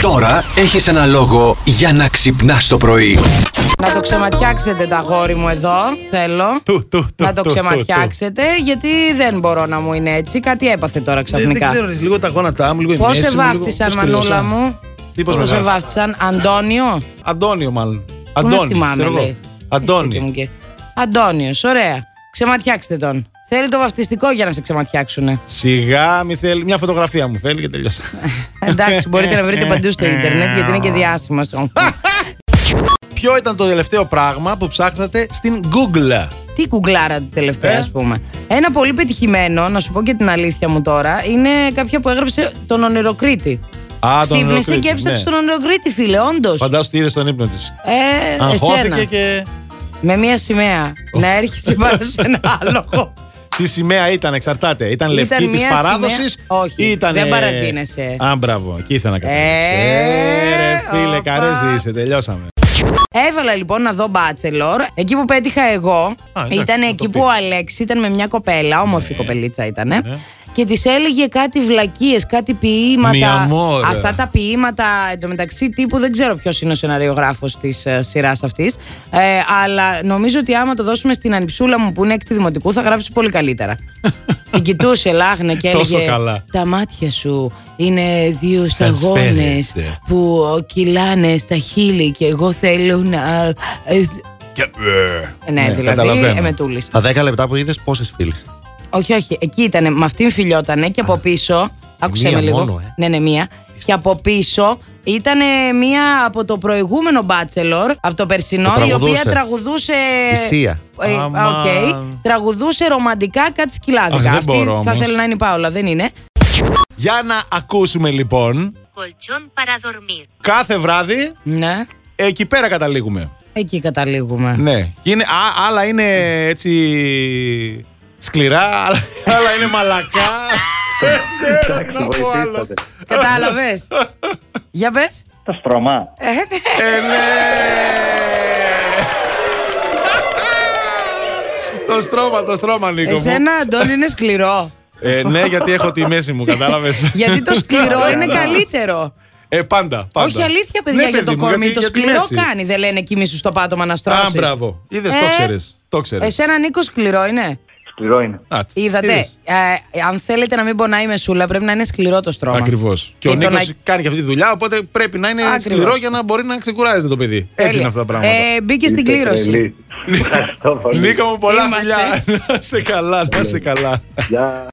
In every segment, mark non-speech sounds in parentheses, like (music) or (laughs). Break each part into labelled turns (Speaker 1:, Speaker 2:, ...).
Speaker 1: Τώρα έχεις ένα λόγο για να ξυπνάς το πρωί.
Speaker 2: Να το ξεματιάξετε τα γόρι μου εδώ, θέλω.
Speaker 3: Του, του, του,
Speaker 2: να το
Speaker 3: του, του,
Speaker 2: ξεματιάξετε, γιατί δεν μπορώ να μου είναι έτσι. Κάτι έπαθε τώρα
Speaker 3: Δεν-
Speaker 2: ξαφνικά.
Speaker 3: Δεν ξέρω, ρε, λίγο τα γόνατά μου, λίγο η
Speaker 2: Πώς
Speaker 3: μέση
Speaker 2: σε
Speaker 3: μου, λίγο-
Speaker 2: βάφτισαν,
Speaker 3: πώς
Speaker 2: μανούλα
Speaker 3: κρυώσα.
Speaker 2: μου.
Speaker 3: Τι πώς με
Speaker 2: Πώς σε
Speaker 3: βάφτισαν.
Speaker 2: βάφτισαν, Αντώνιο.
Speaker 3: Αντώνιο, μάλλον.
Speaker 2: Πού
Speaker 3: Αντώνιο.
Speaker 2: με θυμάμαι,
Speaker 3: ξέρω εγώ.
Speaker 2: λέει. Χριστέ μου,
Speaker 3: Αντώνιο.
Speaker 2: κύριε. Αντώνιος, ωραία. Ξεματιάξτε τον. Θέλει το βαφτιστικό για να σε ξεματιάξουνε.
Speaker 3: Σιγά, μη θέλει. Μια φωτογραφία μου θέλει και τελειώσα.
Speaker 2: (laughs) Εντάξει, μπορείτε να βρείτε παντού
Speaker 3: (laughs)
Speaker 2: στο Ιντερνετ γιατί είναι και διάσημο.
Speaker 3: Ποιο ήταν το τελευταίο πράγμα που ψάχνατε στην Google.
Speaker 2: Τι κουγκλάρατε τελευταία,
Speaker 3: Ε?
Speaker 2: ας πούμε. Ένα πολύ πετυχημένο, να σου πω και την αλήθεια μου τώρα, είναι κάποια που έγραψε τον Ονειροκρίτη.
Speaker 3: Α, τον
Speaker 2: Ξύπνησε
Speaker 3: Ηρακλήτη,
Speaker 2: και έψαξε
Speaker 3: ναι.
Speaker 2: τον Ονειροκρίτη, φίλε, όντως.
Speaker 3: Φαντάζομαι ότι είδε τον ύπνο της.
Speaker 2: Ε,
Speaker 3: Αγχώθηκε
Speaker 2: εσένα.
Speaker 3: και.
Speaker 2: Με μία σημαία. Να
Speaker 3: (laughs)
Speaker 2: έρχεσαι πάνω σε ένα άλογο.
Speaker 3: Τι σημαία ήταν, εξαρτάται. Ήταν λευκή
Speaker 2: Ήταν
Speaker 3: της
Speaker 2: μια
Speaker 3: παράδοση
Speaker 2: σημαία- Όχι,
Speaker 3: ή ήταν.
Speaker 2: δεν
Speaker 3: ε,
Speaker 2: παρατείνεσαι.
Speaker 3: Α, μπραβο, εκεί ήθελα να καταλήξω.
Speaker 2: Ε,
Speaker 3: Ε, ρε φίλε,
Speaker 2: όπα.
Speaker 3: καρέζι είσαι, τελειώσαμε.
Speaker 2: Έβαλα λοιπόν να δω Bachelor. Εκεί που πέτυχα εγώ
Speaker 3: εντάξει,
Speaker 2: ήταν
Speaker 3: να το
Speaker 2: εκεί
Speaker 3: πεις.
Speaker 2: που ο Αλέξης ήταν με μια κοπέλα, όμορφη κοπελίτσα ήταν.
Speaker 3: Ναι.
Speaker 2: Και της έλεγε κάτι βλακίες, κάτι ποίηματα.
Speaker 3: Μη αμόρε.
Speaker 2: Αυτά τα ποίηματα εντωμεταξύ τύπου δεν ξέρω ποιος είναι ο σεναριογράφος της ε, σειράς αυτής. Ε, αλλά νομίζω ότι άμα το δώσουμε στην ανιψούλα μου που είναι έκτη δημοτικού θα γράψει πολύ
Speaker 3: (laughs)
Speaker 2: καλύτερα. Την κοιτούσε, λάχνε και έλεγε.
Speaker 3: Τόσο καλά.
Speaker 2: Τα μάτια σου είναι δύο
Speaker 3: Σας
Speaker 2: σταγόνες
Speaker 3: φαίνεστε.
Speaker 2: που κυλάνε στα χείλη και εγώ θέλω να. ε,
Speaker 4: ε,
Speaker 2: Ναι,
Speaker 3: Ναι,
Speaker 2: δηλαδή
Speaker 3: καταλαβαίνω.
Speaker 2: εμετούλη.
Speaker 4: Τα 10 λεπτά που είδες, πόσες φίλησε.
Speaker 2: Όχι, όχι, εκεί ήταν, με αυτήν φιλιότανε και από πίσω. Άκουσε
Speaker 4: μία
Speaker 2: με λίγο.
Speaker 4: μόνο, ε.
Speaker 2: Ναι, ναι, μία. Και από πίσω ήταν μία από το προηγούμενο Bachelor, από το περσινό,
Speaker 4: Το
Speaker 2: η οποία
Speaker 4: τραγουδούσε.
Speaker 2: τραγουδούσε.
Speaker 4: Η Σία.
Speaker 2: Ε, α,
Speaker 3: Αμάν.
Speaker 2: οκ. Τραγουδούσε ρομαντικά κάτι σκυλάδικα.
Speaker 3: Αχ, δεν
Speaker 2: Αυτή θα
Speaker 3: μπορώ όμως.
Speaker 2: θέλει να είναι η Πάολα, δεν είναι.
Speaker 3: Για να ακούσουμε λοιπόν,
Speaker 5: colchón para dormir,
Speaker 3: κάθε βράδυ
Speaker 2: Ναι.
Speaker 3: εκεί πέρα καταλήγουμε.
Speaker 2: Εκεί καταλήγουμε.
Speaker 3: Ναι. Και είναι, α, άλλα είναι έτσι σκληρά, άλλα, άλλα είναι μαλακά. Δεν ξέρω τι να πω άλλο.
Speaker 2: Κατάλαβες. Για πες.
Speaker 6: Το στρωμά.
Speaker 3: Ε, ναι. Το στρώμα, το στρώμα, Νίκο μου.
Speaker 2: Εσένα, Αντώνη, είναι σκληρό.
Speaker 3: Ε, ναι, γιατί έχω τη μέση μου, κατάλαβες. Ναι,
Speaker 2: Γιατί το σκληρό είναι καλύτερο.
Speaker 3: Ε, πάντα, πάντα.
Speaker 2: Όχι αλήθεια, παιδιά,
Speaker 3: Ναι,
Speaker 2: για το
Speaker 3: παιδί μου,
Speaker 2: κορμί.
Speaker 3: γιατί-
Speaker 2: Το
Speaker 3: για τη
Speaker 2: σκληρό
Speaker 3: μέση.
Speaker 2: κάνει. Δεν λένε κοιμήσου στο πάτωμα να στρώσεις.
Speaker 3: Α, μπράβο. Είδες, το
Speaker 2: Ε.
Speaker 3: ξέρεις. Το ξέρεις.
Speaker 2: Εσένα, Νίκο, σκληρό είναι.
Speaker 6: Σκληρό είναι.
Speaker 2: Είδατε. Ε, αν θέλετε να μην πονάει η μεσούλα, πρέπει να είναι σκληρό το στρώμα.
Speaker 3: Ακριβώς. Και ο
Speaker 2: το
Speaker 3: Νίκος
Speaker 2: να-
Speaker 3: κάνει και αυτή τη δουλειά, οπότε πρέπει να είναι
Speaker 2: Ακριβώς.
Speaker 3: σκληρό για να μπορεί να ξεκουράζεται το παιδί. Έτσι
Speaker 2: Τέλεια.
Speaker 3: είναι αυτά τα πράγματα.
Speaker 2: Ε, μπήκε στην
Speaker 6: Είστε
Speaker 2: κλήρωση.
Speaker 6: τρελοί. Ευχαριστώ πολύ.
Speaker 3: Νίκο μου, πολλά
Speaker 2: είμαστε.
Speaker 3: φιλιά. Να σε καλά, να σε καλά.
Speaker 6: Γεια.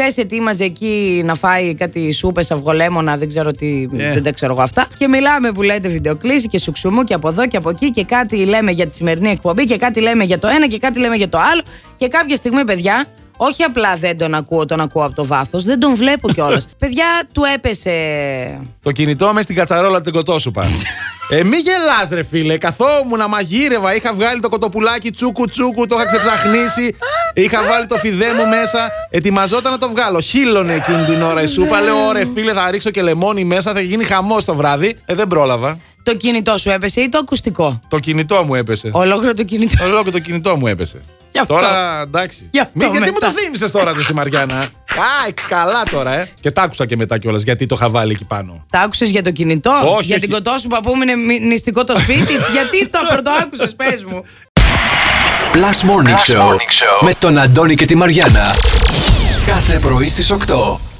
Speaker 2: Χθε ετοίμαζε εκεί να φάει κάτι σούπες, αυγολέμονα, δεν ξέρω τι.
Speaker 3: Ναι.
Speaker 2: Δεν τα ξέρω εγώ αυτά. Και μιλάμε που λέτε βιντεοκλήση και σουξουμού και από εδώ και από εκεί και κάτι λέμε για τη σημερινή εκπομπή και κάτι λέμε για το ένα και κάτι λέμε για το άλλο. Και κάποια στιγμή, παιδιά, όχι απλά δεν τον ακούω, τον ακούω από το βάθος, δεν τον
Speaker 3: (laughs)
Speaker 2: βλέπω κιόλας. παιδιά, του έπεσε.
Speaker 3: Το κινητό μες στην κατσαρόλα την κοτόσουπα. Ε, μη γελάς, ρε φίλε. Καθόμουν, μαγείρευα. Είχα βγάλει το κοτοπουλάκι τσούκου τσούκου, το είχα ξεψαχνίσει. Είχα βάλει το φιδέ μου μέσα. Ετοιμαζόταν να το βγάλω. Χύλωνε εκείνη την ώρα η σούπα. Λέω, ωραία, φίλε, θα ρίξω και λεμόνι μέσα. Θα γίνει χαμός το βράδυ. Ε, δεν πρόλαβα.
Speaker 2: Το κινητό σου έπεσε ή το ακουστικό.
Speaker 3: Το κινητό μου έπεσε.
Speaker 2: Ολόκληρο το κινητό.
Speaker 3: Ολόκληρο το κινητό μου έπεσε.
Speaker 2: Γι' αυτό.
Speaker 3: Τώρα εντάξει.
Speaker 2: Γι' αυτό
Speaker 3: Μη, γιατί μου
Speaker 2: μετά.
Speaker 3: το θύμισες τώρα, Ρε Μαριάννα. Α, καλά τώρα, ε. Και τα άκουσα και μετά κιόλας γιατί το είχα βάλει εκεί πάνω.
Speaker 2: Τα άκουσες για το κινητό,
Speaker 3: Όχι,
Speaker 2: για
Speaker 3: όχι.
Speaker 2: την κοτόσουπα που έμεινε μυ- νηστικό το
Speaker 3: (laughs)
Speaker 2: σπίτι. γιατί το πρωτοάκουσε, πες μου.
Speaker 1: Plus Morning, Show, με τον Αντώνη και τη Μαριάνα. Κάθε πρωί στις 8.